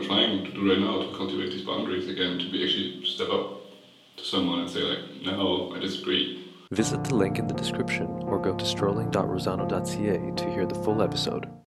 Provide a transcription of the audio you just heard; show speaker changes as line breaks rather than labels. trying to do right now to cultivate these boundaries again, to be actually step up to someone and say like, no, I disagree.
Visit the link in the description or go to strolling.rosano.ca to hear the full episode.